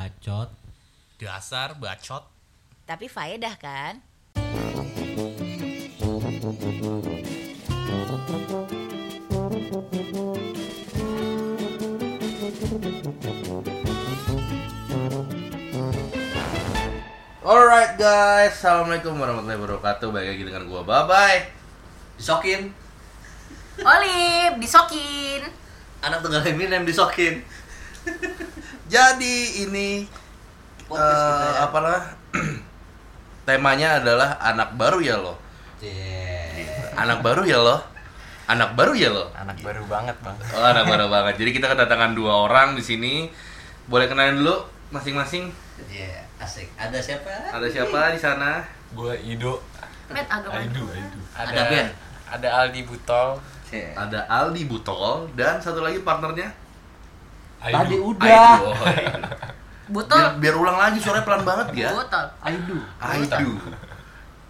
bacot dasar bacot Tapi faedah kan? Alright guys, assalamualaikum warahmatullahi wabarakatuh. Balik lagi dengan gua Babai. disokin Olive disokin. anak tunggal Eminem disokin Jadi ini Podcast eh, kita ya. apa lah? temanya adalah anak baru ya lo. Anak baru ya lo. Anak baru ya lo. Anak baru banget bang. Oh, anak baru banget. Jadi kita kedatangan dua orang di sini. Boleh kenalin dulu masing-masing. Iya, asik ada siapa Ada siapa di sana? Gue Ido. Met agak Aidu, Aidu. Ada ya? Ben. Ada Aldi Butol. Iya. Ada Aldi Butol dan satu lagi partnernya Aidu. Aidu. Oh, Biar, Botol. biar ulang lagi suaranya pelan banget ya. Botol. Aidu.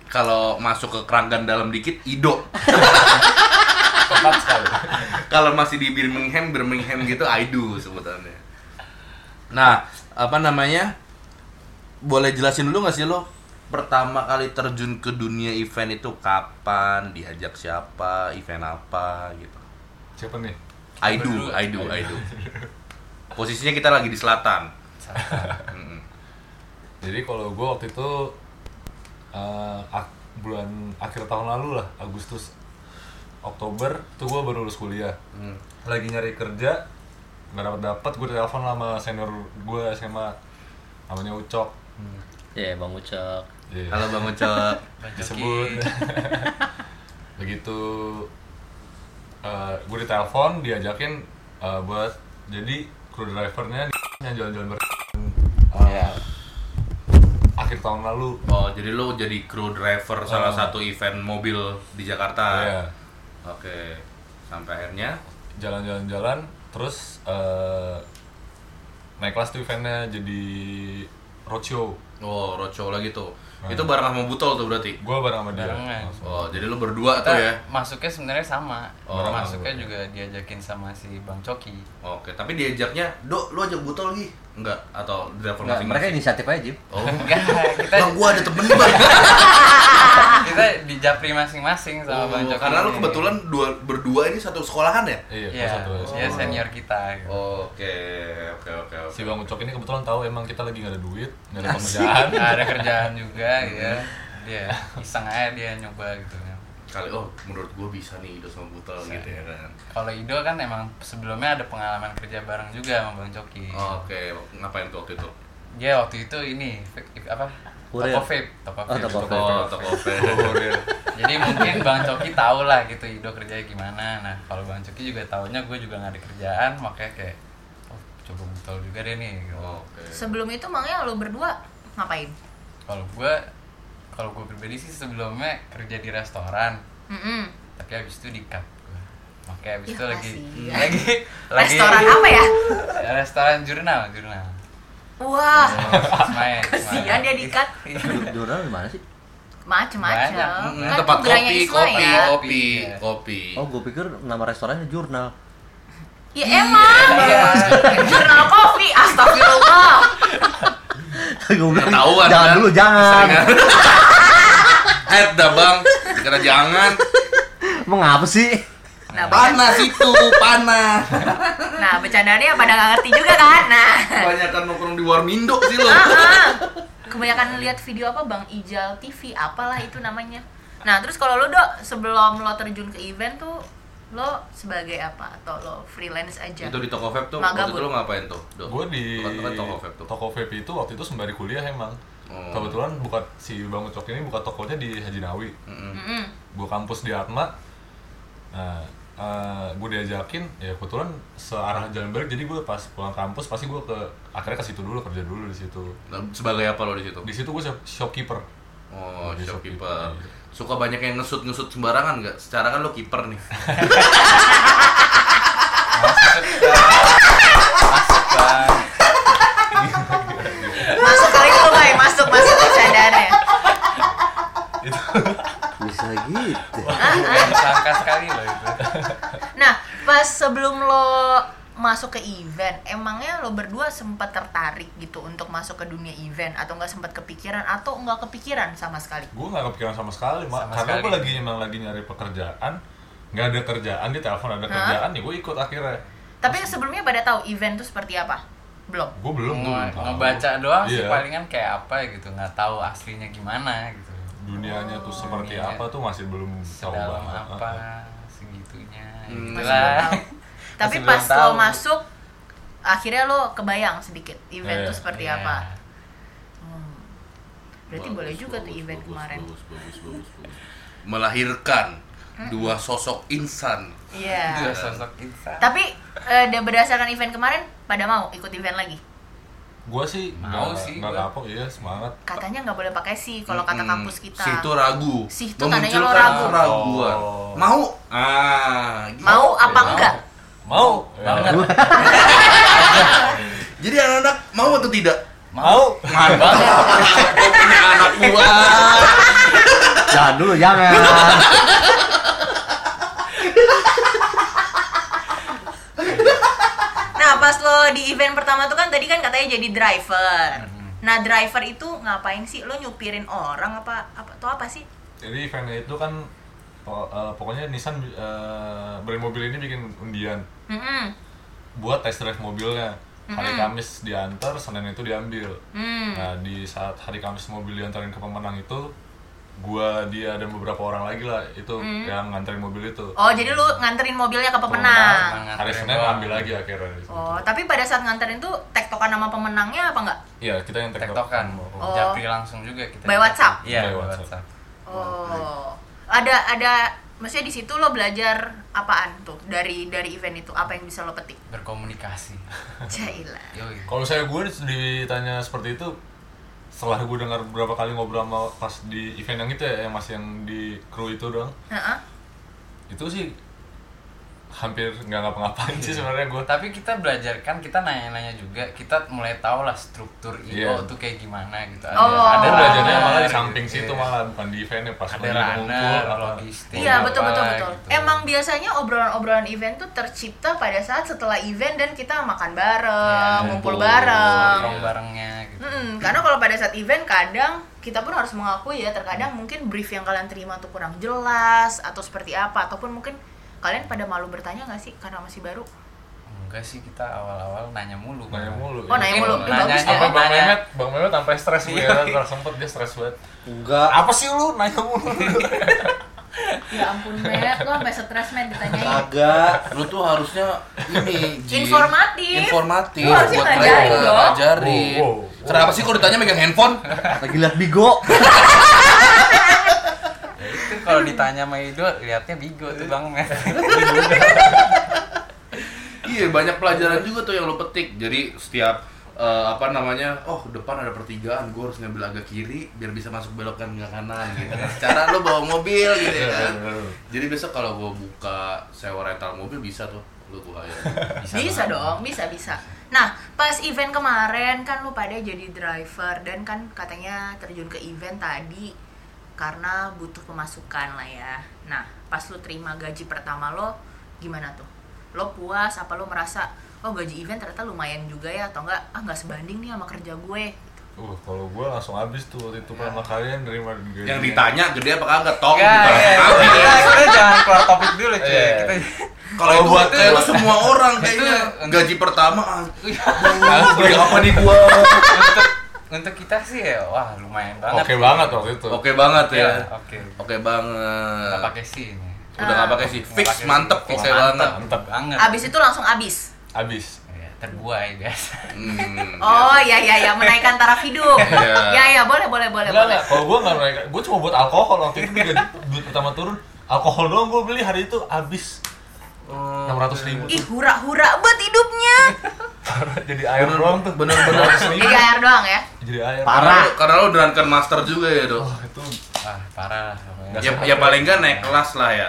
Kalau masuk ke keranggan dalam dikit, Ido. Tepat sekali. Kalau masih di Birmingham, Birmingham gitu, Aidu sebutannya. Nah, apa namanya? Boleh jelasin dulu nggak sih lo? Pertama kali terjun ke dunia event itu kapan? Diajak siapa? Event apa? Gitu. Siapa nih? Aidu, Aidu, Aidu. Posisinya kita lagi di selatan. Mm-mm. Jadi kalau gue waktu itu eh, ak- bulan akhir tahun lalu lah, Agustus, Oktober, tuh gue baru lulus kuliah. Hmm. Lagi nyari kerja, nggak dapet dapet. Gue telepon sama senior gue SMA, namanya Ucok. Ya Bang Ucok. Iya. Halo Bang Ucok. disebut begitu gue ditelepon diajakin eh, buat jadi crew drivernya di- yang jalan-jalan ber eh, akhir tahun lalu Oh, jadi lo jadi crew driver salah Oh. satu event mobil di Jakarta. Iya. Oke. Sampai akhirnya jalan-jalan-jalan terus eh, naik kelas tuh eventnya jadi roadshow oh, road show lagi tuh. Itu bareng sama Butol tuh berarti. gue bareng sama dia Iya, Barengan. langsung. Oh, jadi lo berdua Kita tuh ya. masuknya sebenarnya sama. Oh, masuknya juga diajakin sama si Bang Coki. Oke, tapi diajaknya, "Dok, lo ajak Butol lagi?" Enggak, atau driver Nggak, masing-masing. mereka inisiatif aja Jim Oh. Enggak, kita Bang, gua ada temen nih, Bang. kita dijapri masing-masing sama Bang Oh, Coki. karena lo kebetulan dua berdua ini satu sekolahan ya? iya Iya, kelas satu Oh. dia SMA. senior kita. gitu. Oke, oke, oke, oke. si bang Ucok ini kebetulan tahu emang kita lagi nggak ada duit nggak ada Iya. pekerjaan Nggak ada kerjaan juga ya. Dia iseng aja dia nyoba gitu. Kali oh, menurut gua bisa nih Ido sama Butol gitu ya kan. Kalau Ido kan emang sebelumnya ada pengalaman kerja bareng juga sama Bang Coki. Oh, Oke, ngapain tuh waktu itu? Dia waktu itu ini apa? Kurir. Toko vape, toko vape. toko vape. Oh, toko Kurir. Jadi mungkin Bang Coki tahu lah gitu Ido kerjanya gimana. Nah kalau Bang Coki juga taunya gue juga nggak ada kerjaan, makanya kayak oh, coba gue tahu juga deh nih. gitu. Oke. Sebelum itu mangnya lo berdua ngapain? Kalau gue kalau gue pribadi sih sebelumnya kerja di restoran, Mm-mm. tapi habis itu di cut gue. Makanya habis Ya, itu lagi kasihan. lagi lagi Restoran apa ya? restoran jurnal jurnal. Wah, Oh, Semayang, kasihan semayang. dia dikat jurnal di mana sih macem-macem. Banyak. Kan Nah, tempat gerainya kopi, Islam kopi, ya. kopi, Iya. kopi. oh gue pikir nama restorannya jurnal Ya emang. Iya, Iya, Jurnal kopi, astagfirullah. gue bilang Ketahuan, jangan kan? dulu jangan Seringan. Eh, dah bang, karena jangan emang apa sih Nah, banyak- panas itu panas. nah bercandanya pada nggak ngerti juga kan. Nah, Kebanyakan nongkrong di Warmindo sih lo. Ah, kebanyakan lihat video apa Bang Ijal TV apalah itu namanya. Nah, terus kalau lo Dok, sebelum lo terjun ke event tuh lo sebagai apa atau lo freelance aja? Itu di toko vape tuh. Magabut. Waktu itu lo ngapain tuh? Dok? gue di Bukan- bukan toko vape tuh. toko vape itu waktu itu sembari kuliah emang Hmm. Oh. kebetulan buka si bang Ucok ini buka tokonya di Haji Nawawi Hmm. Mm-mm. Mm-mm. gue kampus di Atma nah gue diajakin ya kebetulan searah jalan balik jadi gue pas pulang kampus pasti gue ke akhirnya ke situ dulu kerja dulu di situ Nah, Sebagai apa lo di situ? di situ gue shop- shopkeeper Oh, Di shopkeeper. shopkeeper. Suka banyak yang ngesut-ngesut sembarangan nggak? Secara kan lo kiper nih. Masuk kali itu Bay, masuk masuk bercandaannya. itu bisa gitu Disangka sekali loh itu. Nah, pas sebelum lo masuk ke event, emangnya lo berdua sempat tertarik gitu untuk masuk ke dunia event atau nggak sempat kepikiran atau nggak kepikiran sama sekali? gue nggak kepikiran sama sekali Sama mak karena gue sekali. lagi emang lagi nyari pekerjaan nggak ada kerjaan di telepon ada kerjaan ya gue ikut akhirnya Tapi sebelumnya pada tahu event itu seperti apa? Belum. gue belum tuh Nge- tahu. ngebaca doang sih Iya. palingan kayak apa ya gitu nggak tahu aslinya gimana gitu dunianya tuh seperti Dunianya. apa tuh masih belum Hmm, tahu sedalam banget apa segitunya Hmm. Masih gitu belum lah tahu. Tapi belum pas lo tahu. masuk, akhirnya lo kebayang sedikit event itu Eh, Iya, seperti Iya. apa. Hmm. Berarti boleh juga tuh event kemarin. bagus, bagus, bagus, bagus. melahirkan dua sosok insan Iya. dua ya, sosok insan Tapi eh, da- berdasarkan event kemarin, pada mau ikut event lagi. gue sih Mau nggak- sih nggak gua. kapok iya semangat Katanya nggak boleh pakai sih kalau kata Mm-mm. kampus kita. si itu ragu Si itu tandanya lo ragu. keraguan Oh. mau ah gitu. Mau apa Mau. enggak? mau banget jadi anak-anak mau atau tidak mau punya anak gua jangan dulu jangan Nah, pas lo di event pertama tuh kan tadi kan katanya jadi driver. Nah, driver itu ngapain sih? Lo nyupirin orang apa apa atau apa sih? jadi eventnya itu kan po- eh, pokoknya Nissan eh, brand mobil ini bikin undian Mm-mm. buat test drive mobilnya hari Mm-mm. Kamis diantar Senin itu diambil Hmm. nah di saat hari Kamis mobil diantarin ke pemenang itu gua dia dan beberapa orang lagi lah itu Mm. yang nganterin mobil itu Oh, jadi lu nganterin mobilnya ke pemenang. Pemenang. hari Nganterin Senin doang. ambil lagi akhirnya di situ. Oh, tapi pada saat nganterin tuh tektokan sama pemenangnya apa enggak? iya kita yang tektokan Oh. japri langsung juga kita By WhatsApp? iya By by WhatsApp. WhatsApp Oh. Ada ada maksudnya di situ lo belajar apaan tuh dari dari event itu? Apa yang bisa lo petik? berkomunikasi Jailah. Yoi. Kalau misalnya gue ditanya seperti itu, setelah gue dengar berapa kali ngobrol sama pas di event yang itu ya, yang masih yang di kru itu doang, Heeh. itu sih hampir nggak ngapa-ngapain Iya. sih sebenarnya gue. tapi kita belajar kan kita nanya-nanya juga kita mulai tahu lah struktur IO Iya. tuh kayak gimana gitu ada, Oh. Eh, ada Gue belajarnya runner, malah di samping gitu. situ Iya. malah bukan di eventnya pas ada banyak runner apa. logistik Iya apa betul betul betul. gitu. Emang biasanya obrolan-obrolan event tuh tercipta pada saat setelah event dan kita makan bareng, Iya, ngumpul ngumpul, bareng. nongkrong barengnya gitu Mm-mm, karena kalau pada saat event kadang kita pun harus mengakui ya terkadang mungkin brief yang kalian terima tuh kurang jelas atau seperti apa ataupun mungkin kalian pada malu bertanya nggak sih karena masih baru. enggak sih kita awal-awal nanya mulu Nanya mulu. Oh, nanya Iya, mulu. Itu bagus ya. Apa Bang Nanya. Mehmet? Bang Mehmet sampai stres gue ya, ntar sempet dia stres banget. enggak Apa sih lu nanya mulu? Ya ampun Matt, lo sampai stres Matt ditanyain. kagak lu tuh harusnya ini Ji. Informatif. informatif Lu harusnya buat ngajarin mereka dong. ngajarin Wow, wow, wow. kenapa sih kalau ditanya megang handphone lagi lihat bigo Ya itu kalau ditanya sama Ido liatnya bigo tuh bang Mehmet Iya banyak pelajaran juga tuh yang lo petik. Jadi setiap eh, apa namanya, oh depan ada pertigaan, gue harus ngambil agak kiri biar bisa masuk belokan nggak kanan gitu. kan. Cara lo bawa mobil gitu ya kan. Jadi besok kalau gue buka sewa rental mobil bisa tuh lo gue hayar. Bisa, dong, bisa bisa. Nah, pas event kemarin kan lu pada jadi driver dan kan katanya terjun ke event tadi karena butuh pemasukan lah ya. Nah, pas lu terima gaji pertama lo gimana tuh? Lo puas apa lo merasa oh gaji event ternyata lumayan juga ya atau enggak ah nggak sebanding nih sama kerja gue gitu. Uh, kalau gue langsung habis tuh waktu itu Iya. pertama kali yang nerima gaji. Yang ditanya gede apa kagak gitu. tong. enggak bukan. ya kita, kita jangan keluar topik dulu cuy Iya. kita Kalau itu buat- kayak itu semua orang kayaknya gaji pertama ah, Nah, beli apa nih gua? untuk untuk kita sih ya wah lumayan banget Oke banget waktu itu. Oke banget ya. oke Oke Nggak banget. pakai sih ini Udah nggak pakai sih. Nggak Fix pakai mantep sih. fix Wah, banget. mantep banget Abis itu langsung abis. Abis. Ya, terbuai biasa Hmm, Oh iya iya iya menaikkan taraf hidup. Iya. Iya iya boleh boleh boleh Enggak boleh. enggak, kalau gue enggak naik, gue cuma buat alkohol waktu itu gaji duit pertama turun, alkohol doang gue beli hari itu habis Eh, enam ratus ribu Ih hura-hura buat hidupnya. jadi air doang tuh Bener-bener. Iya. Jadi air doang ya. jadi air Parah. Karena lu- Karena lo drunken master juga ya, Dok. Wah, itu wah parah lah pokoknya. ya, ya paling nggak naik kelas lah ya.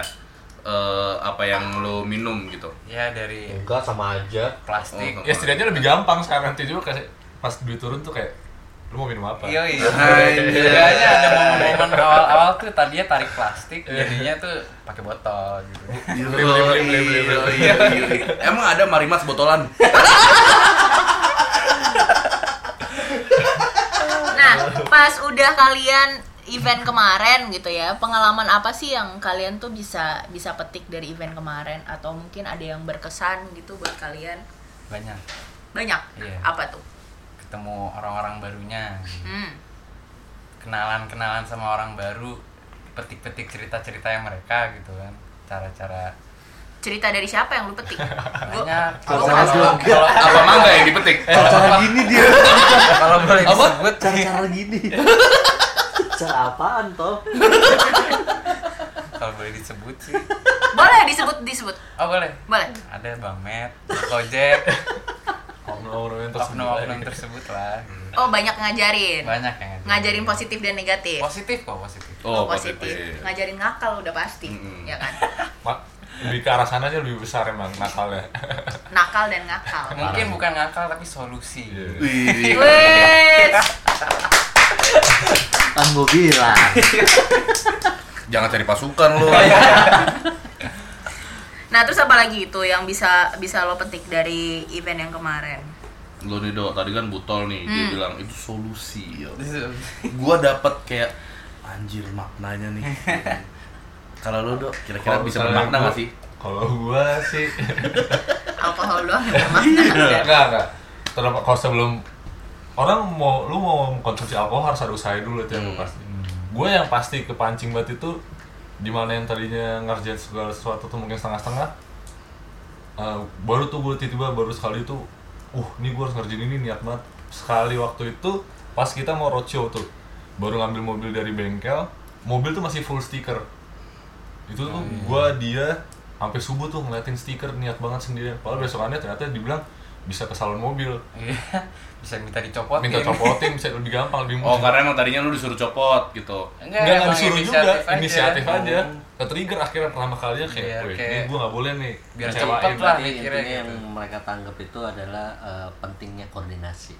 Eh, apa yang lo minum gitu. ya dari enggak sama aja plastik Oh, ya setidaknya lebih gampang sekarang nanti juga kayak pas duit turun tuh kayak lu mau minum apa? Iya, iya. Kayaknya ada momen-momen awal-awal tuh tadinya tarik plastik, jadinya tuh pakai botol gitu. beli, beli, beli, beli, beli. Yoi, yoi, yoi. Emang ada marimas botolan? Nah, pas udah kalian event kemarin gitu ya, pengalaman apa sih yang kalian tuh bisa bisa petik dari event kemarin atau mungkin ada yang berkesan gitu buat kalian? Banyak Banyak. Iya. Apa tuh? ketemu orang-orang barunya, Hmm. kenalan-kenalan sama orang baru, petik-petik cerita-cerita yang mereka gitu kan. Cara-cara Cerita dari siapa yang lu petik? Gua- banyak. Apa Kalau- juga? kalau- Apa mangga yang dipetik? Cara gini dia. Kalau boleh disebut Cara-cara gini. Cara apaan toh? kalau boleh disebut sih. boleh disebut disebut. Oh, boleh. Boleh. Ada Bang Met, Kojek, Oknum-oknum yang tersebut. oknum-oknum tersebut lah. Oh, banyak ngajarin. Banyak yang Ngajarin positif dan negatif. positif kok positif. Oh, positif. Ngajarin ngakal udah pasti, ya kan? Ma- lebih ke arah sana aja lebih besar emang nakalnya. Nakal dan ngakal. Mungkin bukan ngakal tapi solusi. Wih, Iya. Wes. Kan gua bilang. Jangan cari pasukan lo. Nah, terus apa lagi itu yang bisa bisa lo petik dari event yang kemarin? Lo nih dok, tadi kan botol nih, Hmm. dia bilang itu solusi. Yo. Iya. Itu Gua dapet kayak anjir maknanya nih. Kalau lo dok, kira-kira Kalau bisa misalnya bermakna gua- gak sih? Kalau gua sih Alkohol doang yang bermakna. Iya. enggak enggak. Terus kalau sebelum orang mau lu mau konsumsi alkohol harus ada usaha dulu itu yang pasti. Gue yang pasti kepancing banget itu dimana yang tadinya ngerjain segala sesuatu tuh mungkin setengah-setengah eh, baru tuh gue tiba-tiba baru sekali tuh uh ini gue harus ngerjain ini niat banget sekali waktu itu pas kita mau roadshow tuh baru ngambil mobil dari bengkel mobil tuh masih full stiker itu tuh Iya. gua dia sampai subuh tuh ngeliatin stiker niat banget sendirian padahal besokannya ternyata dibilang bisa ke salon mobil Iya, bisa minta dicopot. minta copotin bisa lebih gampang lebih Oh mudah karena emang tadinya lo disuruh copot gitu. Enggak, nggak nggak emang disuruh juga inisiatif aja. inisiatif aja ke trigger akhirnya pertama kalinya Biar kayak, "Wih, kayak- ini gua nggak boleh nih Biar ngecewain." cepet lah Berarti mikirnya intinya yang gitu. mereka tanggap itu adalah eh, pentingnya koordinasi.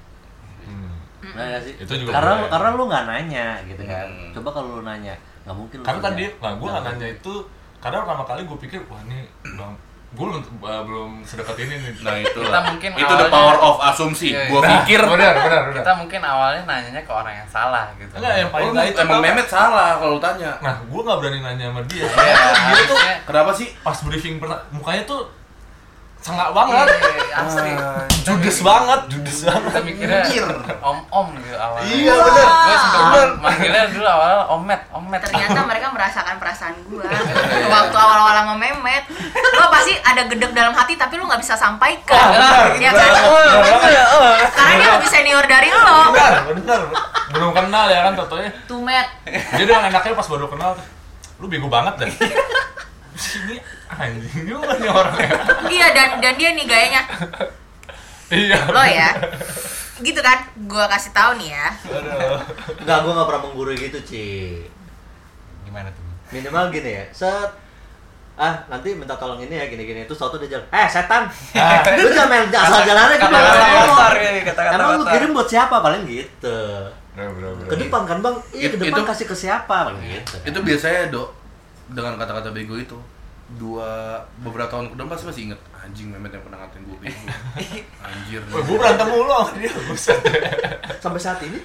Hmm. Benar nggak sih? Itu juga karena boleh. karena lu nggak nanya gitu kan. Hmm. Coba kalau lu nanya, nggak mungkin lu karena punya. tadi Iya. nah gue Nggak nggak nanya itu karena pertama kali gue pikir wah ini bang gue belum eh, belum sedekat ini nih Nah itu Kita mungkin Itu the awalnya- power of asumsi. Iya, iya. Gua pikir benar benar benar Kita mungkin awalnya nanyanya ke orang yang salah gitu. enggak yang paling Oh, naik emang Mehmet salah kalau lu tanya. nah gue nggak berani nanya sama Iya, dia dia tuh harusnya- Kenapa sih? pas briefing pernah mukanya tuh sengak banget Iya, asli. judes banget judes banget Kita mikirnya Anjir. om-om gitu awalnya. Iya, bener. Gue sempet manggilnya dulu awalnya omet, omet. Ternyata mereka merasakan perasaan gua waktu awal-awal sama Memet. Lo pasti ada gedeg dalam hati tapi lo nggak bisa sampaikan. ya kan? Karena dia lebih senior dari lo. benar benar belum kenal ya kan totonya Tuh, Met. dia dengan enaknya pas baru kenal lu bego banget dah sini anjing juga nih orangnya Iya dan dan dia nih gayanya iya lo ya. Gitu kan? Gua kasih tahu nih ya. Aduh. Enggak, gua nggak pernah menggurui gitu, Ci. Gimana tuh? Minimal gini ya. Set ah nanti minta tolong ini ya gini-gini itu suatu dia jalan eh setan Ah. lu jangan main asal jalannya gitu Kata-kata asal ngomong. kotor ya, kata-kata emang lu kotor. kirim buat siapa paling gitu Bener, bener, bener. ke depan kan bang iya It- ke depan itu- kasih ke siapa bang gitu kan. Itu biasanya dok dengan kata-kata bego itu dua beberapa tahun ke depan pasti masih inget anjing Mehmet yang pernah ngatain gue bego anjir Wah, gue berantem mulu sama dia buset sampai saat ini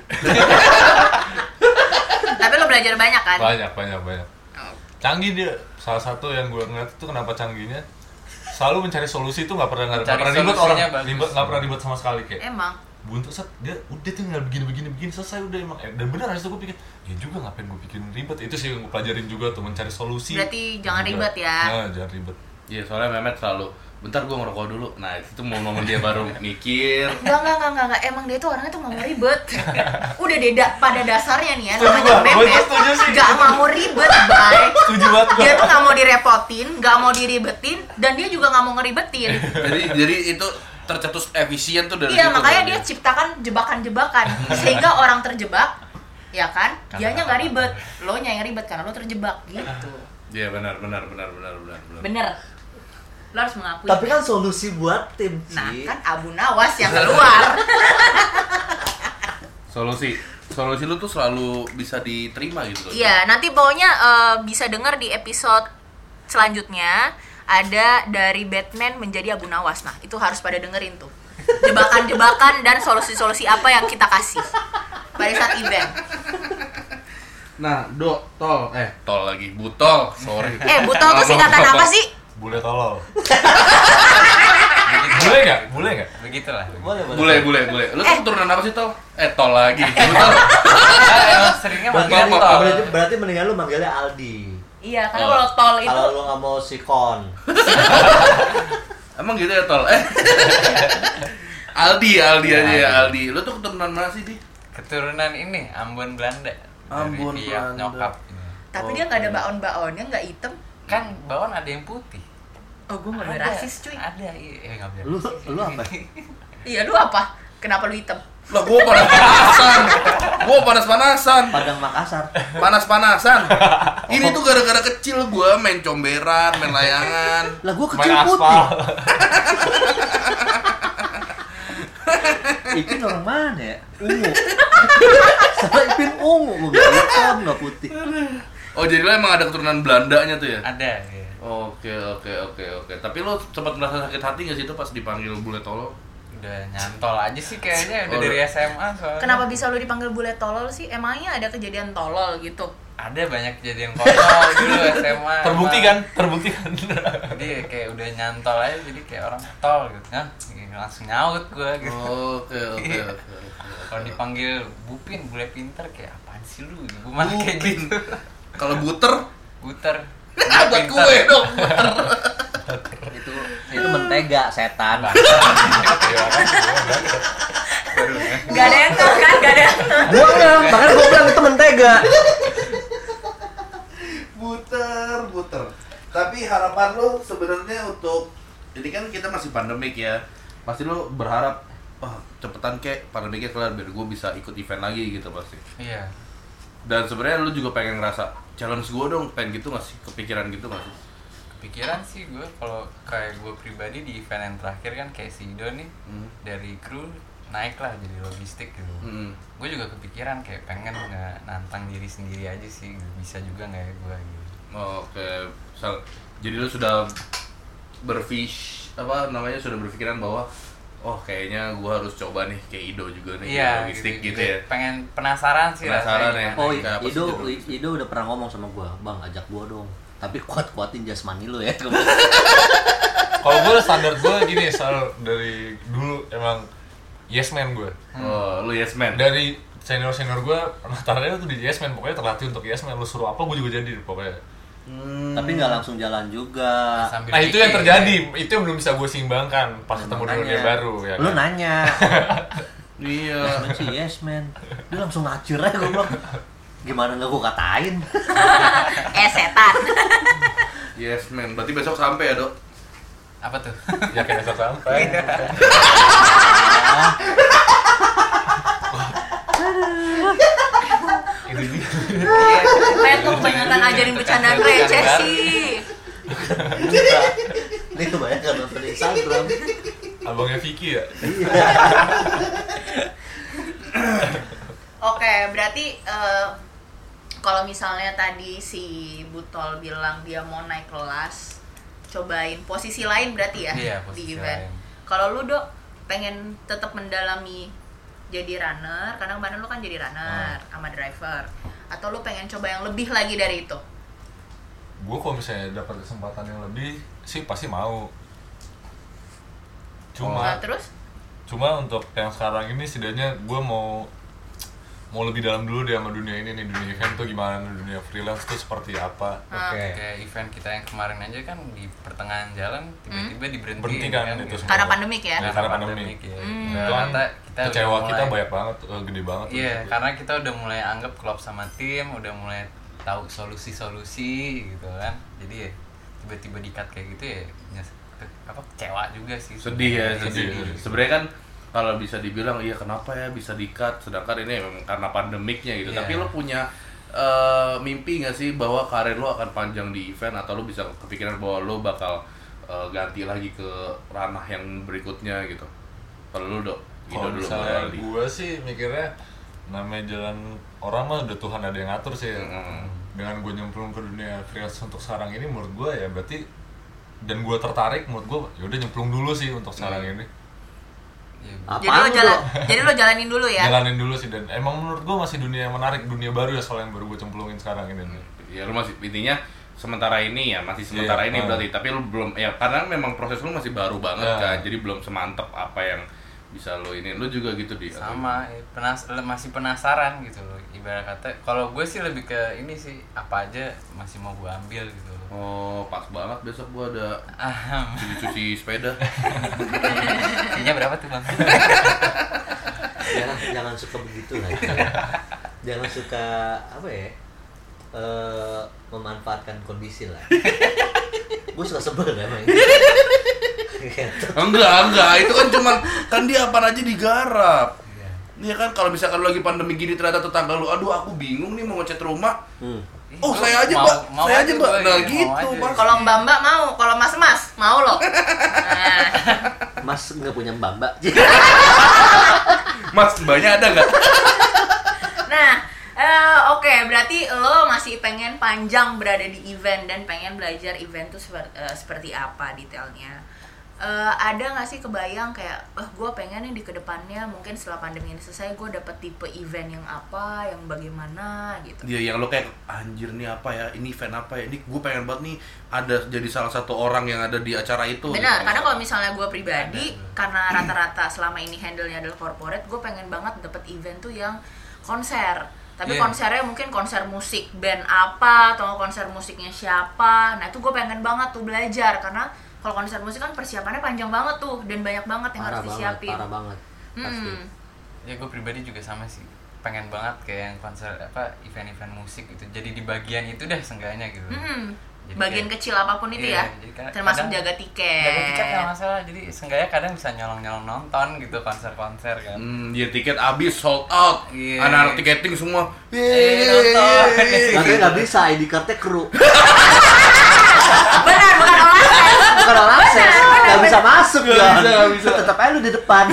Tapi lo belajar banyak kan? banyak banyak banyak Oh. canggih dia salah satu yang gue ngeliat itu kenapa canggihnya selalu mencari solusi itu nggak pernah nggak Cari pernah ribet orang solusinya bagus. ribet nggak pernah ribet sama sekali kayak Emang. buntu set dia udah tinggal begini begini begini selesai udah emang Eh, dan benar itu gue pikir ya juga ngapain gue bikin ribet itu sih yang gue pelajarin juga tuh mencari solusi Berarti jangan Juga. ribet ya. nah, jangan ribet iya soalnya Mehmet selalu bentar gue ngerokok dulu nah itu tuh momen dia baru mikir Enggak, enggak, enggak, enggak, enggak. Emang dia tuh orangnya tuh gak mau ribet. Udah deh, da- pada dasarnya nih ya, Setuju namanya gua, gua Memet. setuju sih. Gak mau ribet, bye. setuju banget gue Dia tuh gak mau direpotin, gak mau diribetin, dan dia juga gak mau ngeribetin. jadi jadi itu tercetus efisien tuh dari Iya, situ makanya kan, dia ciptakan jebakan-jebakan. Sehingga orang terjebak, ya kan? Dianya gak ribet. Lo nya yang ribet karena lo terjebak, gitu. iya benar benar benar benar benar benar Bener. Lo harus mengakui. tapi kan solusi buat tim Nah, Ci kan Abu Nawas yang keluar. Solusi. Solusi lu tuh selalu bisa diterima gitu. loh. Iya, nanti pokoknya eh, bisa dengar di episode selanjutnya ada dari Batman menjadi Abu Nawas. Nah, itu harus pada dengerin tuh. Jebakan-jebakan dan solusi-solusi apa yang kita kasih pada saat event. Nah, do tol eh tol lagi butol. Sorry. Eh, butol tuh singkatan apa sih? Bule tolol. Bule nggak? Bule nggak? Begitulah. Boleh, boleh. Bule bule bule. Lu tuh turunan apa sih tol? Eh tol lagi. Butol. Ah, emang seringnya manggil Botol, tol. Berarti, berarti mendingan lu manggilnya Aldi. Iya, karena kalau tol itu Kalau lu nggak mau sikon. Emang gitu ya tol? Eh. Aldi, Aldi aja ya Aldi. Lu tuh keturunan mana sih di? Keturunan ini Ambon Belanda. Dari Ambon pihak Belanda. Nyokap. tapi dia nggak ada baon-baonnya, nggak item. Kan bawaan ada yang putih. Oh, gue nggak Ada, rasis cuy. Ada, iya, eh, nggak boleh. Lu lu apa? Iya, lu apa? Kenapa lu hitam? Lah gua panas-panasan. Gua panas-panasan. Padang Makassar. Panas-panasan. Ini tuh gara-gara kecil gua main comberan, main layangan. Lah gua Main kecil putih. aspal. Ipin orang mana ya? Ungu. Sama Ipin ungu gua bilang hitam nggak putih. Oh, jadi lo emang ada keturunan Belandanya tuh ya? Ada, iya. Oke, oke, oke, oke. Tapi lo sempat merasa sakit hati gak sih itu pas dipanggil bule tolong? Udah nyantol aja sih kayaknya udah Oh, dari SMA soalnya. Kenapa bisa lu dipanggil bule tolol sih? Emangnya ada kejadian tolol gitu? Ada banyak kejadian kotor dulu SMA. Terbukti emang. kan? Terbukti kan? Jadi kayak udah nyantol aja jadi kayak orang tol gitu. Nah, langsung nyaut gue gitu. Oh. Oke, oke, oke. Kalau dipanggil Bupin, bule pinter kayak apaan sih lu? Gue malah kayak Bupin. gitu. Kalau buter, Buter. Bule buat pinter. kue dong. Itu itu mentega setan. Iya kan? gitu. ya. Gak ada yang tahu kan? Gak ada. Gua bilang, makanya gua bilang itu mentega. buter, buter. Tapi harapan lo sebenarnya untuk ini kan kita masih pandemik ya. Pasti lo berharap wah cepetan kek pandemiknya kelar biar gue bisa ikut event lagi gitu pasti. Iya. Dan sebenarnya lo juga pengen ngerasa challenge gue dong, pengen gitu gak sih? Kepikiran gitu gak sih? Pikiran sih gue kalau kayak gue pribadi di event yang terakhir kan kayak si Ido nih Hmm. dari kru naik lah jadi logistik gitu. Hmm. Gue juga kepikiran kayak pengen nggak nantang diri sendiri aja sih bisa juga nggak ya gue gitu. Oke, so, jadi lu sudah berfish apa namanya sudah berpikiran bahwa oh kayaknya gua harus coba nih kayak Ido juga nih Iya, logistik gitu, ya. Pengen penasaran sih Penasaran ya. gimana. Oh, Oh, iya. Apa sih Ido, judul? Ido udah pernah ngomong sama gua, "Bang, ajak gua dong." Tapi kuat-kuatin jasmani lu ya. Kalau gue standar gue gini soal dari dulu emang yes man gue. Oh, lu yes man. Dari senior senior gue rata-rata tuh di yes man pokoknya terlatih untuk yes man lu suruh apa gue juga jadi pokoknya. Tapi nggak langsung jalan juga. Sambil Nah itu yang pikir. terjadi, itu yang belum bisa gue seimbangkan pas ketemu dengan dia makanya. baru ya. Lu kan? nanya. Iya. Yes man sih yes man. Dia langsung ngacir aja gua bilang. Gimana nggak gua katain? Eh setan. Yes man. Berarti besok sampai ya, Dok. Apa tuh? Ya kayak besok sampai. itu dia. Kayak tuh kebanyakan ajarin bercandaan receh kan? sih. Ini kebanyakan nonton Instagram. Abangnya Vicky ya. Oke, berarti eh, kalau misalnya tadi si Butol bilang dia mau naik kelas, cobain posisi lain berarti ya Iya, di posisi event. lain. Kalau lu dok pengen tetap mendalami jadi runner, karena kemarin lu kan jadi runner Oh. sama driver, atau lu pengen coba yang lebih lagi dari itu? gue kalau misalnya dapat kesempatan yang lebih sih pasti mau Nah, cuma Oh. terus? cuma untuk yang sekarang ini setidaknya gue mau mau lebih dalam dulu deh sama dunia ini nih dunia event tuh gimana dunia freelance tuh seperti apa Kayak event kita yang kemarin aja kan di pertengahan jalan tiba-tiba diberhentikan gitu. berhenti kan itu semua Hmm. Karena pandemik ya? Iya, karena pandemi ya. Hmm. Nah, itu kan ternyata kita udah kecewa mulai- kita banyak banget eh, gede banget Iya, karena kita udah mulai anggap klop sama tim, udah mulai tahu solusi-solusi gitu kan. Jadi ya, tiba-tiba dikat kayak gitu ya nyes- ke- apa kecewa juga sih. Sedih ya, sebenarnya. sedih. Iya, Sebenarnya kan kalau bisa dibilang iya kenapa ya bisa di-cut sedangkan ini memang karena pandemiknya gitu. Iya. Tapi lo punya eh, mimpi nggak sih bahwa karir lo akan panjang di event atau lo bisa kepikiran bahwa lo bakal eh, ganti lagi ke ranah yang berikutnya gitu. Kalau lo dok, Ido kalau dulu misalnya Aldi. gue sih mikirnya namanya jalan orang mah udah Tuhan ada yang ngatur sih. Mm. Dengan gue nyemplung ke dunia freelance untuk sekarang ini menurut gue ya berarti dan gue tertarik menurut gue ya udah nyemplung dulu sih untuk sekarang ini. Iya, Apa? Jadi lo Apaan jalan, lu? jadi lo jalanin dulu ya. Jalanin dulu sih dan emang menurut gue masih dunia yang menarik, dunia baru ya soal yang baru gue cemplungin sekarang ini. ya lu masih intinya sementara ini ya masih sementara Iya, ini ah. berarti tapi lu belum ya karena memang proses lu masih baru banget Iya. Nah. kan jadi belum semantep apa yang bisa lu ini lu juga gitu di sama ya, penas le- masih penasaran gitu loh ibarat kata kalau gue sih lebih ke ini sih apa aja masih mau gue ambil gitu loh oh pas banget besok gua ada Aham. cuci cuci sepeda Fee-nya berapa tuh bang jangan jangan suka begitu lah ya. jangan suka apa ya eh, memanfaatkan kondisi lah gue suka sebel emang enggak enggak itu kan cuman kan dia apa aja digarap Iya kan kalau misalkan lu lagi pandemi gini ternyata tetangga lu aduh aku bingung nih mau ngecat rumah hmm. Oh, saya aja, Mau- Mbak. mau Saya aja, aja Mbak. gua, Nah, ya, mau gitu, aja. Pak. Kalau mbak mbak mau, kalau mas mas mau lo. Nah, mas nggak punya mbak mbak Mas mbaknya ada nggak nah eh, oke berarti lo masih pengen panjang berada di event dan pengen belajar event tuh seper- eh, seperti apa detailnya. Eh, ada nggak sih kebayang kayak, wah gue pengen nih di kedepannya mungkin setelah pandemi ini selesai gue dapet tipe event yang apa, yang bagaimana gitu. dia Iya, yang lo kayak anjir nih apa ya ini event apa ya ini gue pengen banget nih ada jadi salah satu orang yang ada di acara itu Benar, Gitu. karena kalau misalnya gue pribadi, karena rata-rata selama ini handle-nya adalah corporate, gue pengen banget dapet event tuh yang konser. Tapi Iya. konsernya mungkin konser musik band apa, atau konser musiknya siapa. Nah itu gue pengen banget tuh belajar, karena kalau konser musik kan persiapannya panjang banget tuh, dan banyak banget yang parah harus banget disiapin. Hmm, parah banget pasti Mm-mm. ya gue pribadi juga sama sih pengen banget kayak yang konser apa event-event musik gitu jadi di bagian itu dah seenggaknya gitu Mm-mm. Hmm, Jadi Bagian kayak- kecil apapun itu ya, Iya, jadi kadang- termasuk kadang- jaga tiket. Jaga tiket nggak masalah, jadi seenggaknya kadang bisa nyolong-nyolong nonton gitu konser-konser kan hmm, dia tiket habis sold out Iya. anak-anak tiketing semua Iya. Eh, nonton. Makanya nggak bisa ID cardnya kru Benar, bukan orang. bukan orang akses nggak bisa masuk Nggak kan bisa, nggak bisa. tetap aja lu di depan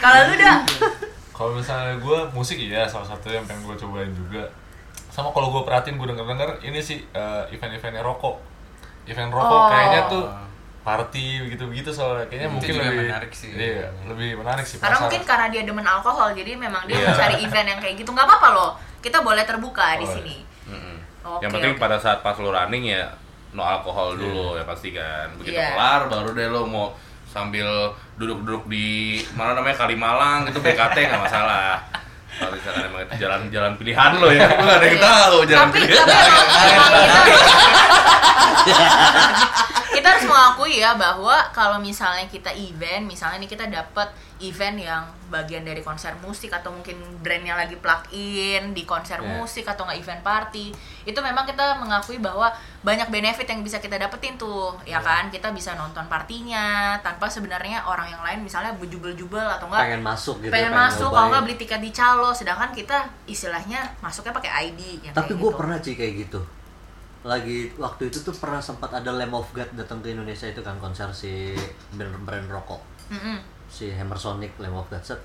Kalau lu udah, Kalau misalnya gue musik iya salah satu yang pengen gue cobain juga. Sama kalau gue perhatiin gue denger-denger ini sih eh, event-eventnya rokok. Event rokok Oh. kayaknya tuh party begitu-begitu soalnya kayaknya Itu mungkin juga lebih menarik sih. Iya, lebih menarik sih. Karena pasaran. mungkin karena dia demen alkohol, jadi memang dia Iya. mencari event yang kayak gitu. Nggak apa-apa loh, kita boleh terbuka di Boleh. sini. Mm-mm. Oke, yang penting oke. pada saat pas lo running ya no alkohol dulu ya pasti kan begitu Iya. kelar baru deh lo mau sambil duduk-duduk di mana namanya Kalimalang itu BKT nggak masalah kalau misalkan emang itu jalan-jalan pilihan lo ya lo nggak ada yang tahu jalan Iya. Tapi, pilihan tapi emang- emang kita- kita harus mengakui ya bahwa kalau misalnya kita event, misalnya nih kita dapat event yang bagian dari konser musik atau mungkin brandnya lagi plug-in di konser Iya. musik atau nggak event party, itu memang kita mengakui bahwa banyak benefit yang bisa kita dapetin tuh, ya Iya. kan? Kita bisa nonton partinya tanpa sebenarnya orang yang lain misalnya bejubel-jubel atau enggak pengen masuk gitu pengen masuk kalau nggak nyobain. beli tiket di calo sedangkan kita istilahnya masuknya pakai ID yang Tapi kayak gue gitu. pernah sih kayak gitu. Lagi waktu itu tuh pernah sempat ada Lamb of God datang ke Indonesia itu kan konser si brand, brand rokok Mm-mm. si Hammer Sonic Lamb of God set.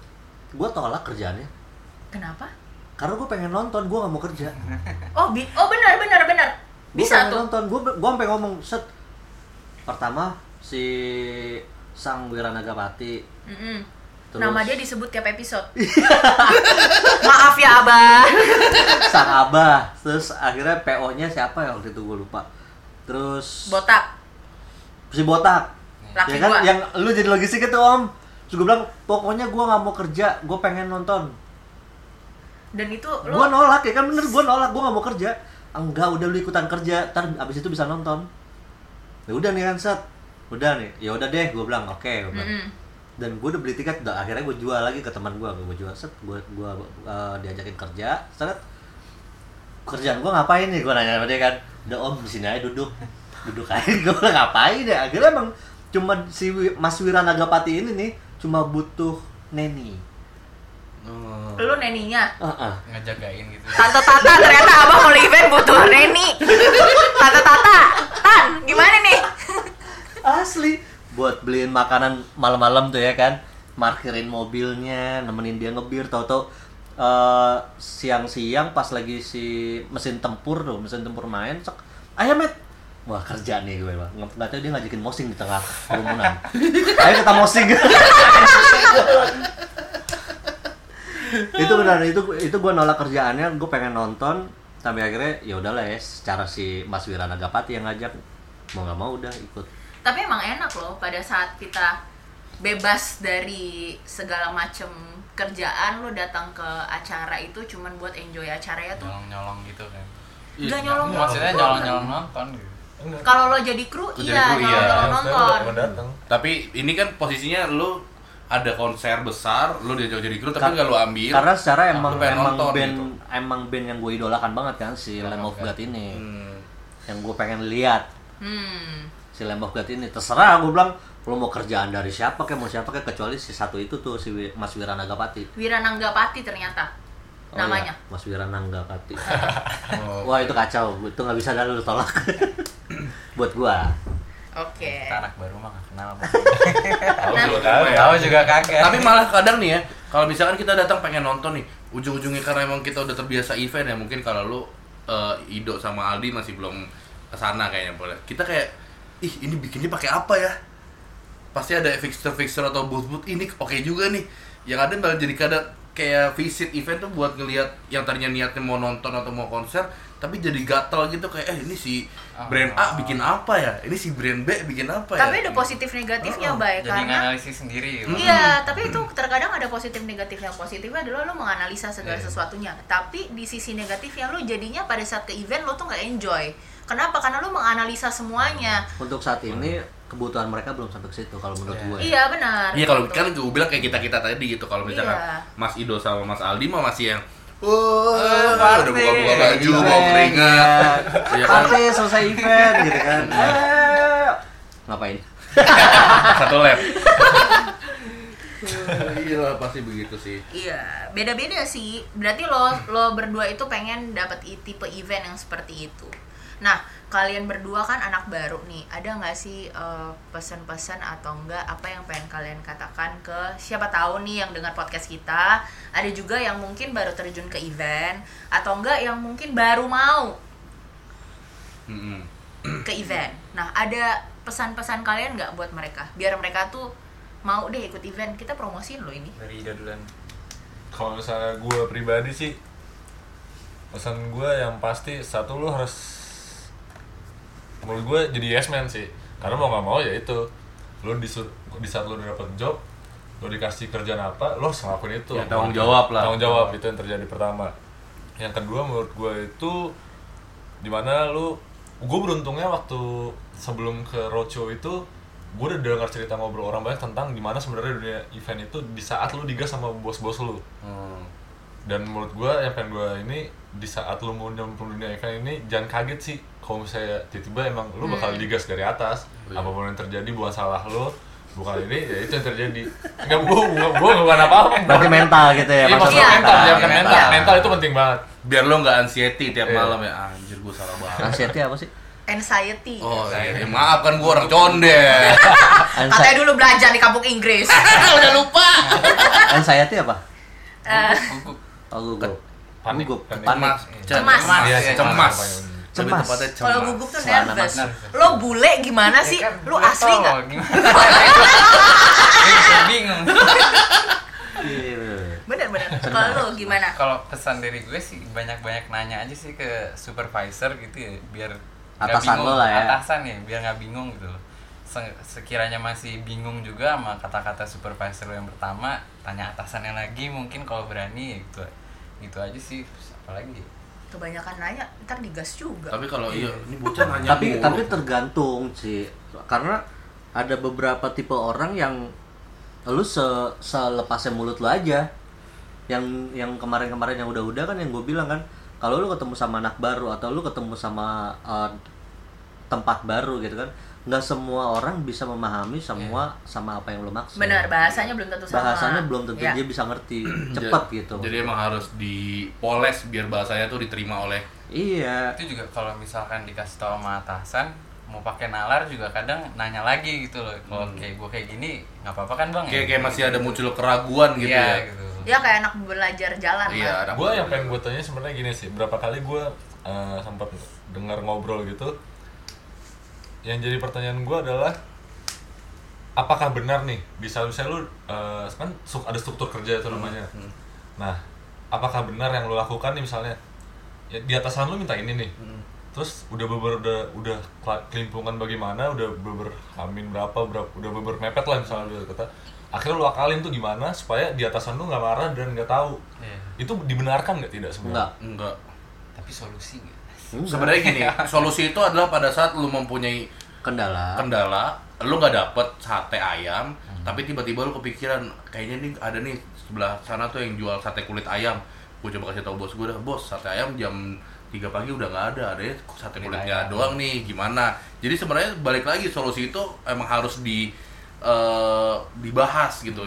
Gue tolak kerjaannya kenapa karena gue pengen nonton gue nggak mau kerja. oh bi oh benar benar benar Gua bisa pengen tuh nonton gue gue sampai ngomong set. Pertama si Sang Wiranagapati Mm-mm. Terus? Iya. nama dia disebut tiap episode maaf ya abah Sang Abah terus akhirnya PO nya siapa ya waktu itu gue lupa terus botak si botak Laki ya kan gua. yang lu jadi logistik itu om terus gue bilang pokoknya gue nggak mau kerja gue pengen nonton dan itu lu gue nolak ya kan bener gue nolak gue nggak mau kerja enggak udah lu ikutan kerja ntar abis itu bisa nonton ya udah nih kan set udah nih ya udah deh gue bilang oke gua bilang. Mm-mm. dan gue udah beli tiket udah akhirnya gue jual lagi ke teman gue gue jual set gue gue diajakin kerja set kerjaan gue ngapain nih gue nanya sama dia kan udah om di sini aja duduk duduk aja gue ngapain ya akhirnya emang cuma si Wi- Mas Wiranagapati ini nih cuma butuh neni lu neninya Heeh. ngejagain gitu. Tante Tata ternyata abah mau event butuh Neni Tante Tata Tan gimana nih asli buat beliin makanan malam-malam tuh ya kan markirin mobilnya nemenin dia ngebir tau-tau eh, siang-siang pas lagi si mesin tempur tuh mesin tempur main cek ayo met wah kerja nih gue bang nggak nggak tahu dia ngajakin mosing di tengah kerumunan ayo kita mosing itu benar itu itu gue nolak kerjaannya gue pengen nonton tapi akhirnya ya udahlah ya secara si Mas Wirana Gapati yang ngajak mau nggak mau udah ikut Tapi emang enak loh pada saat kita bebas dari segala macem kerjaan lu datang ke acara itu cuman buat enjoy acaranya tuh nyolong nyolong gitu kan gak nyolong maksudnya nonton. nyolong nyolong nonton gitu Kalau lo jadi kru, Jadi iya, kru, nyolong iya. nyolong nonton. Mau datang. Tapi ini kan posisinya lu ada konser besar, lu diajak jadi kru tapi nggak lu ambil. karena secara lu emang Iya. pengen emang nonton band gitu. Iya, emang band yang gue idolakan banget kan si Lamb of God ini Hmm. yang gue pengen lihat Hmm. si Lamb of God ini terserah gue bilang lo mau kerjaan dari siapa kayak mau siapa kayak kecuali si satu itu tuh si Wi- Mas Wiranagapati Wirananggapati ternyata Oh, namanya. iya, Mas Wirananggapati Oh. wah itu kacau itu nggak bisa dah lu tolak buat gue Oke. anak baru mah nggak kenal Tahu Nah. juga tahu ya. tahu juga kagak Tapi malah kadang nih ya, kalau misalkan kita datang pengen nonton nih, ujung-ujungnya karena emang kita udah terbiasa event ya, mungkin kalau lu eh, Ido sama Aldi masih belum kesana kayaknya boleh. Kita kayak ih ini bikinnya pakai apa ya? Pasti ada fixture-fixture atau booth-booth ini oke juga nih. Yang ada malah jadi kadang kayak visit event tuh buat ngelihat yang tadinya niatnya mau nonton atau mau konser tapi jadi gatel gitu kayak eh ini si brand A bikin apa ya? Ini si brand B bikin apa ya? Tapi ada positif negatifnya, baik jadi karena nganalisis sendiri gitu. Iya, tapi itu terkadang ada positif negatifnya. Positifnya adalah lo menganalisa segala Iya. sesuatunya. Tapi di sisi negatifnya lo jadinya pada saat ke event lo tuh nggak enjoy. Kenapa? Karena lo menganalisa semuanya. untuk saat ini kebutuhan mereka belum sampai ke situ kalau menurut ya. Iya. gue Iya benar. Iya kalau Gitu. kan gue bilang kayak kita kita tadi gitu kalau misalkan Iya. Mas Ido sama Mas Aldi mah masih yang Wah, udah buka-buka Iya. baju, Event, mau keringat. Iya kan? Party selesai event gitu kan. Eh, Ngapain? Satu lab. Iya pasti begitu sih. Iya, beda-beda sih. Berarti lo lo berdua itu pengen dapat i- tipe event yang seperti itu. Nah, kalian berdua kan anak baru nih. Ada nggak sih eh, pesan-pesan atau enggak apa yang pengen kalian katakan ke siapa tahu nih yang dengar podcast kita? Ada juga yang mungkin baru terjun ke event atau enggak yang mungkin baru mau Mm-mm. ke event. Nah, ada pesan-pesan kalian nggak buat mereka? Biar mereka tuh mau deh ikut event. Kita promosiin lo ini. dari Ida duluan Kalau misalnya gue pribadi sih pesan gue yang pasti satu lu harus menurut gue jadi yes man sih karena mau nggak mau ya itu lu disur di saat lu udah dapet job lu dikasih kerjaan apa lu harus ngelakuin itu Ya, tanggung jawab lah. tanggung jawab itu yang terjadi pertama yang kedua menurut gue itu dimana lu gue beruntungnya waktu sebelum ke roadshow itu gue udah dengar cerita ngobrol orang banyak tentang gimana sebenarnya dunia event itu di saat lu digas sama bos-bos lu Oh. dan menurut gue yang pengen gue ini di saat lu mau nyemplung dunia event ini jangan kaget sih kalau misalnya tiba-tiba emang lu bakal digas dari atas apapun yang terjadi bukan salah lu bukan ini ya itu yang terjadi nggak gue gue bukan apa-apa Berarti mental gitu ya. Iya, maksud maksudnya lo mental, mental. jangan mental. Mental. Mental itu penting banget. Biar lo nggak anxiety tiap Iya. malam ya. Anjir gue salah banget. Anxiety apa sih? Anxiety. Oh iya, ya, maaf kan gue orang conde. Anxi- Katanya dulu belajar di kampung Inggris. Udah lupa. Anxiety apa? gugup Oh, gugup. Panik. Gugup. Panik. Panik. Cemas. Iya, Iya, cemas. cemas. Lebih tepatnya cemas. Kalau gugup tuh Celana nervous. matang. Lo bule gimana Ah, sih? Ya kan, Lo gua asli tau nggak? gimana Gua juga bingung Iya. Bener-bener. Kalau lo gimana? kalau pesan dari gue sih banyak-banyak nanya aja sih ke supervisor gitu ya biar nggak Atasan bingung. lo lah ya. atasan ya biar nggak bingung gitu loh Se- sekiranya masih bingung juga sama kata-kata supervisor lo yang pertama tanya atasannya lagi mungkin kalau berani ya gitu gitu aja sih Terus ya. apalagi Kebanyakan nanya, ntar digas juga. Tapi kalau iya, ini bocah nanya Tapi mulu. tapi tergantung sih. Karena ada beberapa tipe orang yang lu se selepasnya mulut lu aja. Yang yang kemarin-kemarin yang udah-udah kan yang gue bilang kan, kalau lu ketemu sama anak baru atau lu ketemu sama eh, tempat baru gitu kan, nggak semua orang bisa memahami semua sama apa yang lu maksud. Bener, Iya. bahasanya belum tentu sama. bahasanya belum tentu Ya. dia bisa ngerti cepet Ja- gitu Jadi emang harus dipoles biar bahasanya tuh diterima oleh iya itu juga kalau misalkan dikasih tahu sama atasan mau pakai nalar juga kadang nanya lagi gitu loh kalau kayak gue kayak gini nggak apa-apa kan bang Hmm. kayak kayak masih ada muncul keraguan gitu Iya, ya gitu Dia kayak anak belajar jalan iya lah. ada gue yang pengen gue tanya sebenarnya gini sih berapa kali gue eh, sempat dengar ngobrol gitu yang jadi pertanyaan gue adalah apakah benar nih bisa bisa lu eh, kan su- ada struktur kerja itu namanya nah apakah benar yang lu lakukan nih misalnya ya, di atasan lu minta ini nih terus udah beber udah udah kla- kelimpungan bagaimana udah beber amin berapa berapa udah beber mepet lah misalnya udah kata akhirnya lu akalin tuh gimana supaya di atasan lu nggak marah dan nggak tahu Iya. itu dibenarkan nggak tidak sebenarnya Enggak. enggak tapi solusi nggak? sebenarnya gini solusi itu adalah pada saat lu mempunyai Kendala. kendala lu nggak dapet sate ayam Hmm. tapi tiba-tiba lu kepikiran kayaknya nih ada nih sebelah sana tuh yang jual sate kulit ayam gue coba kasih tau bos gue dah bos sate ayam jam 3 pagi udah nggak ada ada sate Kulit kulitnya ayam." doang nih gimana jadi sebenarnya balik lagi solusi itu emang harus di eh, dibahas gitu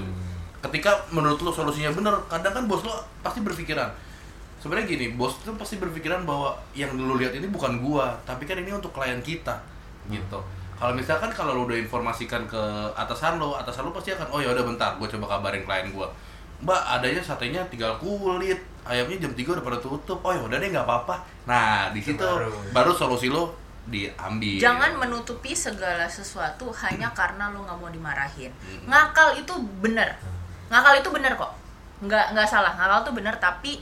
ketika menurut lu solusinya bener kadang kan bos lu pasti berpikiran sebenarnya gini bos tuh pasti berpikiran bahwa yang lu lihat ini bukan gua tapi kan ini untuk klien kita gitu kalau misalkan kalau lu udah informasikan ke atasan lu atasan lu pasti akan oh ya udah bentar gua coba kabarin klien gua mbak adanya satenya tinggal kulit ayamnya jam 3 udah pada tutup oh ya udah deh nggak apa-apa nah di situ baru. Baru. solusi lu diambil Jangan menutupi segala sesuatu hanya karena lu nggak mau dimarahin. Ngakal itu bener. Ngakal itu bener kok. Nggak nggak salah. Ngakal itu bener tapi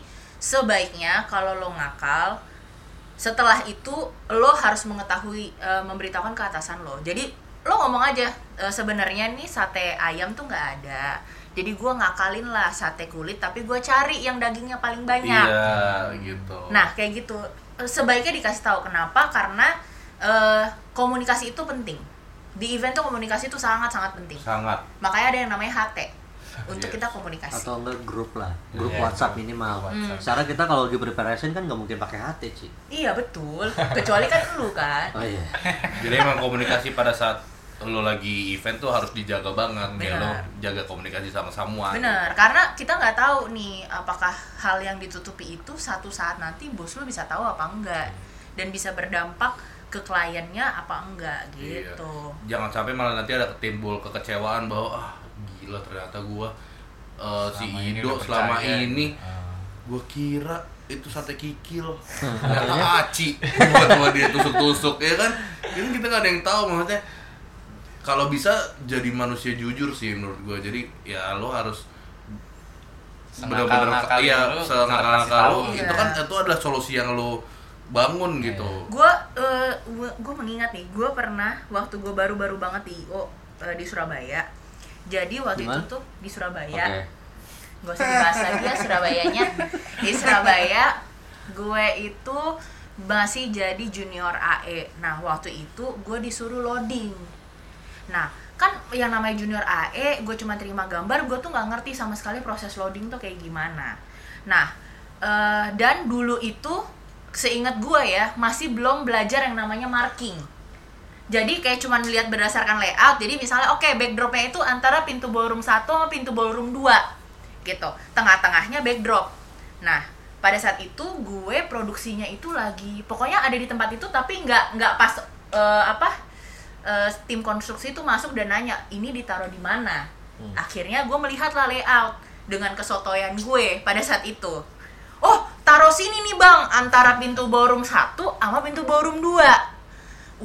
sebaiknya kalau lo ngakal setelah itu lo harus mengetahui eh, memberitahukan ke atasan lo. Jadi lo ngomong aja "Eh, sebenarnya nih sate ayam tuh nggak ada. Jadi gue ngakalin lah sate kulit tapi gue cari yang dagingnya paling banyak. iya gitu Nah, kayak gitu. Sebaiknya dikasih tahu kenapa? Karena eh, komunikasi itu penting. Di event tuh komunikasi itu sangat-sangat penting. sangat Makanya ada yang namanya HT untuk Yes. kita komunikasi. atau enggak grup lah grup Iya, WhatsApp grup minimal Hmm. WhatsApp. secara kita kalau di preparation kan nggak mungkin pakai HT sih Iya, betul. Kecuali kan lu kan. oh iya Jadi emang komunikasi pada saat lo lagi event tuh harus dijaga banget kayak Benar. lo jaga komunikasi sama semua. Bener, karena kita nggak tahu nih apakah hal yang ditutupi itu satu saat nanti bos lu bisa tahu apa enggak dan bisa berdampak ke kliennya apa enggak Iya. gitu. Jangan sampai malah nanti ada ketimbul kekecewaan bahwa ah gila ternyata gua eh, si Selama ini Ido udah selama percaya. ini Ah. gua kira itu sate kikil ternyata aci buat gua dia tusuk-tusuk ya kan ini kita nggak ada yang tahu maksudnya kalau bisa jadi manusia jujur sih menurut gua jadi ya lo harus benar-benar Senakal-nakal iya dulu, senakal-nakal kasih lu tahu. itu kan itu adalah solusi yang lu bangun gitu Iya. gue gue eh, mengingat nih gue pernah waktu gue baru-baru banget di IO eh, di Surabaya jadi waktu Di mana? itu tuh di oke Surabaya gue usah dibahas lagi ya Surabayanya di Surabaya gue itu masih jadi junior AE nah waktu itu gue disuruh loading nah kan yang namanya junior AE gue cuma terima gambar gue tuh nggak ngerti sama sekali proses loading tuh kayak gimana nah eh, dan dulu itu seingat gue ya masih belum belajar yang namanya marking jadi kayak cuman lihat berdasarkan layout jadi misalnya oke backdropnya itu antara pintu ballroom 1 sama pintu ballroom 2 gitu tengah-tengahnya backdrop nah pada saat itu gue produksinya itu lagi pokoknya ada di tempat itu tapi nggak nggak pas eh, apa eh, tim konstruksi itu masuk dan nanya ini ditaruh di mana akhirnya gue melihatlah layout dengan kesotoyan gue pada saat itu oh taruh sini nih bang antara pintu ballroom 1 sama pintu ballroom 2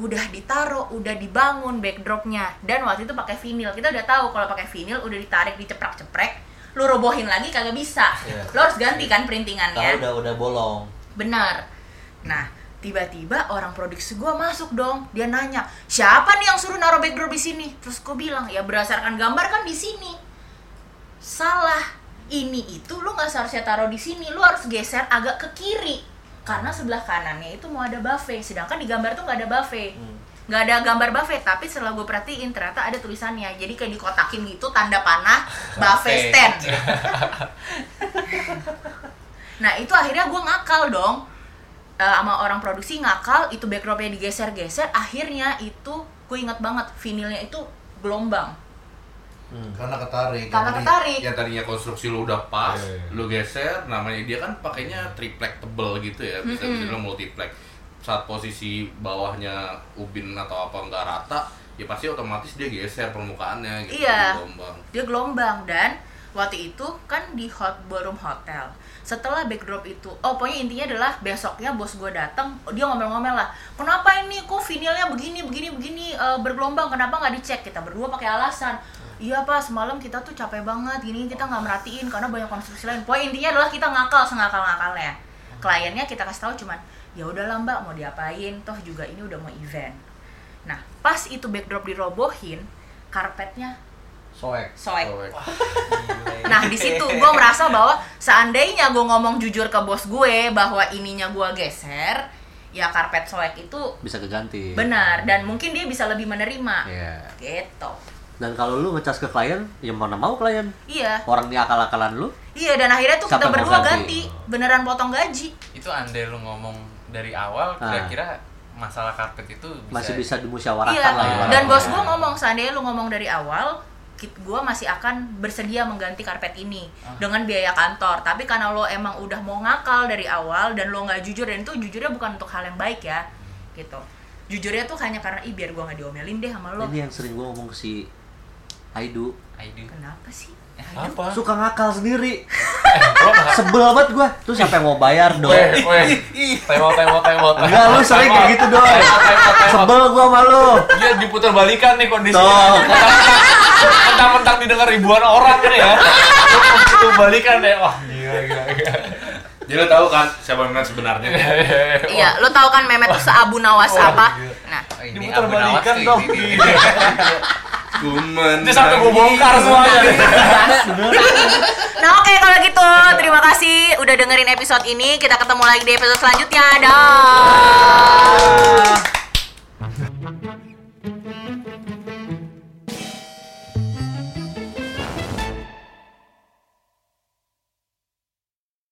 udah ditaruh, udah dibangun backdropnya dan waktu itu pakai vinil kita udah tahu kalau pakai vinil udah ditarik diceprek-ceprek lu robohin lagi kagak bisa lu harus ganti kan Iya. tahu printingannya udah udah bolong benar nah tiba-tiba orang produksi gua masuk dong dia nanya siapa nih yang suruh naruh backdrop di sini terus gua bilang ya berdasarkan gambar kan di sini salah ini itu lu nggak seharusnya taruh di sini lu harus geser agak ke kiri karena sebelah kanannya itu mau ada buffet sedangkan di gambar tuh nggak ada buffet nggak ada gambar buffet tapi setelah gue perhatiin ternyata ada tulisannya jadi kayak dikotakin gitu tanda panah buffet Buffet. stand nah itu akhirnya gue ngakal dong Eh, sama orang produksi ngakal itu backdropnya digeser-geser akhirnya itu gue ingat banget vinilnya itu gelombang karena Karena ketarik Yang tadi- ketarik. yang tadinya konstruksi lu udah pas Iya, iya. lu geser namanya dia kan pakainya triplek tebel gitu ya bisa dibilang multiplek saat posisi bawahnya ubin atau apa nggak rata ya pasti otomatis dia geser permukaannya gitu Iya. gelombang dia gelombang dan waktu itu kan di hot ballroom hotel setelah backdrop itu oh pokoknya intinya adalah besoknya bos gue datang dia ngomel-ngomel lah kenapa ini kok vinilnya begini begini begini eh, bergelombang kenapa nggak dicek kita berdua pakai alasan iya pak semalam kita tuh capek banget gini kita nggak merhatiin karena banyak konstruksi lain pokoknya intinya adalah kita ngakal sengakal ngakalnya kliennya kita kasih tahu cuman ya udahlah mbak mau diapain toh juga ini udah mau event nah pas itu backdrop dirobohin karpetnya soek soek Soek. Nah di situ gue merasa bahwa seandainya gue ngomong jujur ke bos gue bahwa ininya gue geser, ya karpet soek itu bisa keganti benar dan mungkin dia bisa lebih menerima. Iya. Gitu. dan kalau lu ngecas ke klien ya mana mau klien Iya, orang ini akal-akalan lu iya dan akhirnya tuh kita Siapa yang mau berdua ganti? ganti, beneran potong gaji. itu andai lu ngomong dari awal Ah. kira-kira masalah karpet itu bisa, masih bisa dimusyawarahkan Iya. lah ibaratnya. Dan bos gue ngomong seandainya lu ngomong dari awal, gue masih akan bersedia mengganti karpet ini Ah. dengan biaya kantor. Tapi karena lo emang udah mau ngakal dari awal dan lo nggak jujur dan itu jujurnya bukan untuk hal yang baik ya, gitu. Jujurnya tuh hanya karena ih biar gue nggak diomelin deh sama lo. ini yang sering gua ngomong ke si Aidu I do. Kenapa sih? Gitu. Apa? suka ngakal sendiri Eh, lo nggak- sebel banget gua terus siapa yang mau bayar dong Weh, weh. Time out, time out, time out. enggak lu sering kayak gitu dong Time out, time out, time out. sebel gua sama lu Iya, diputar balikan nih Tuh. kondisinya. Mentang-mentang didengar ribuan orang nih ya. Itu balikan deh. Wah, gila, gila, gila. jadi lo tahu kan siapa yang menang sebenarnya Iya, lo tau kan Memet tuh seabu nawas Wah, apa? iya. Nah, Oh, ini Diputar Abu Nawas balikan tuh, dong. ini, ini. kuman Ini sampai gua bongkar semuanya. nih. nah oke kalau gitu terima kasih udah dengerin episode ini. Kita ketemu lagi di episode selanjutnya. Dah.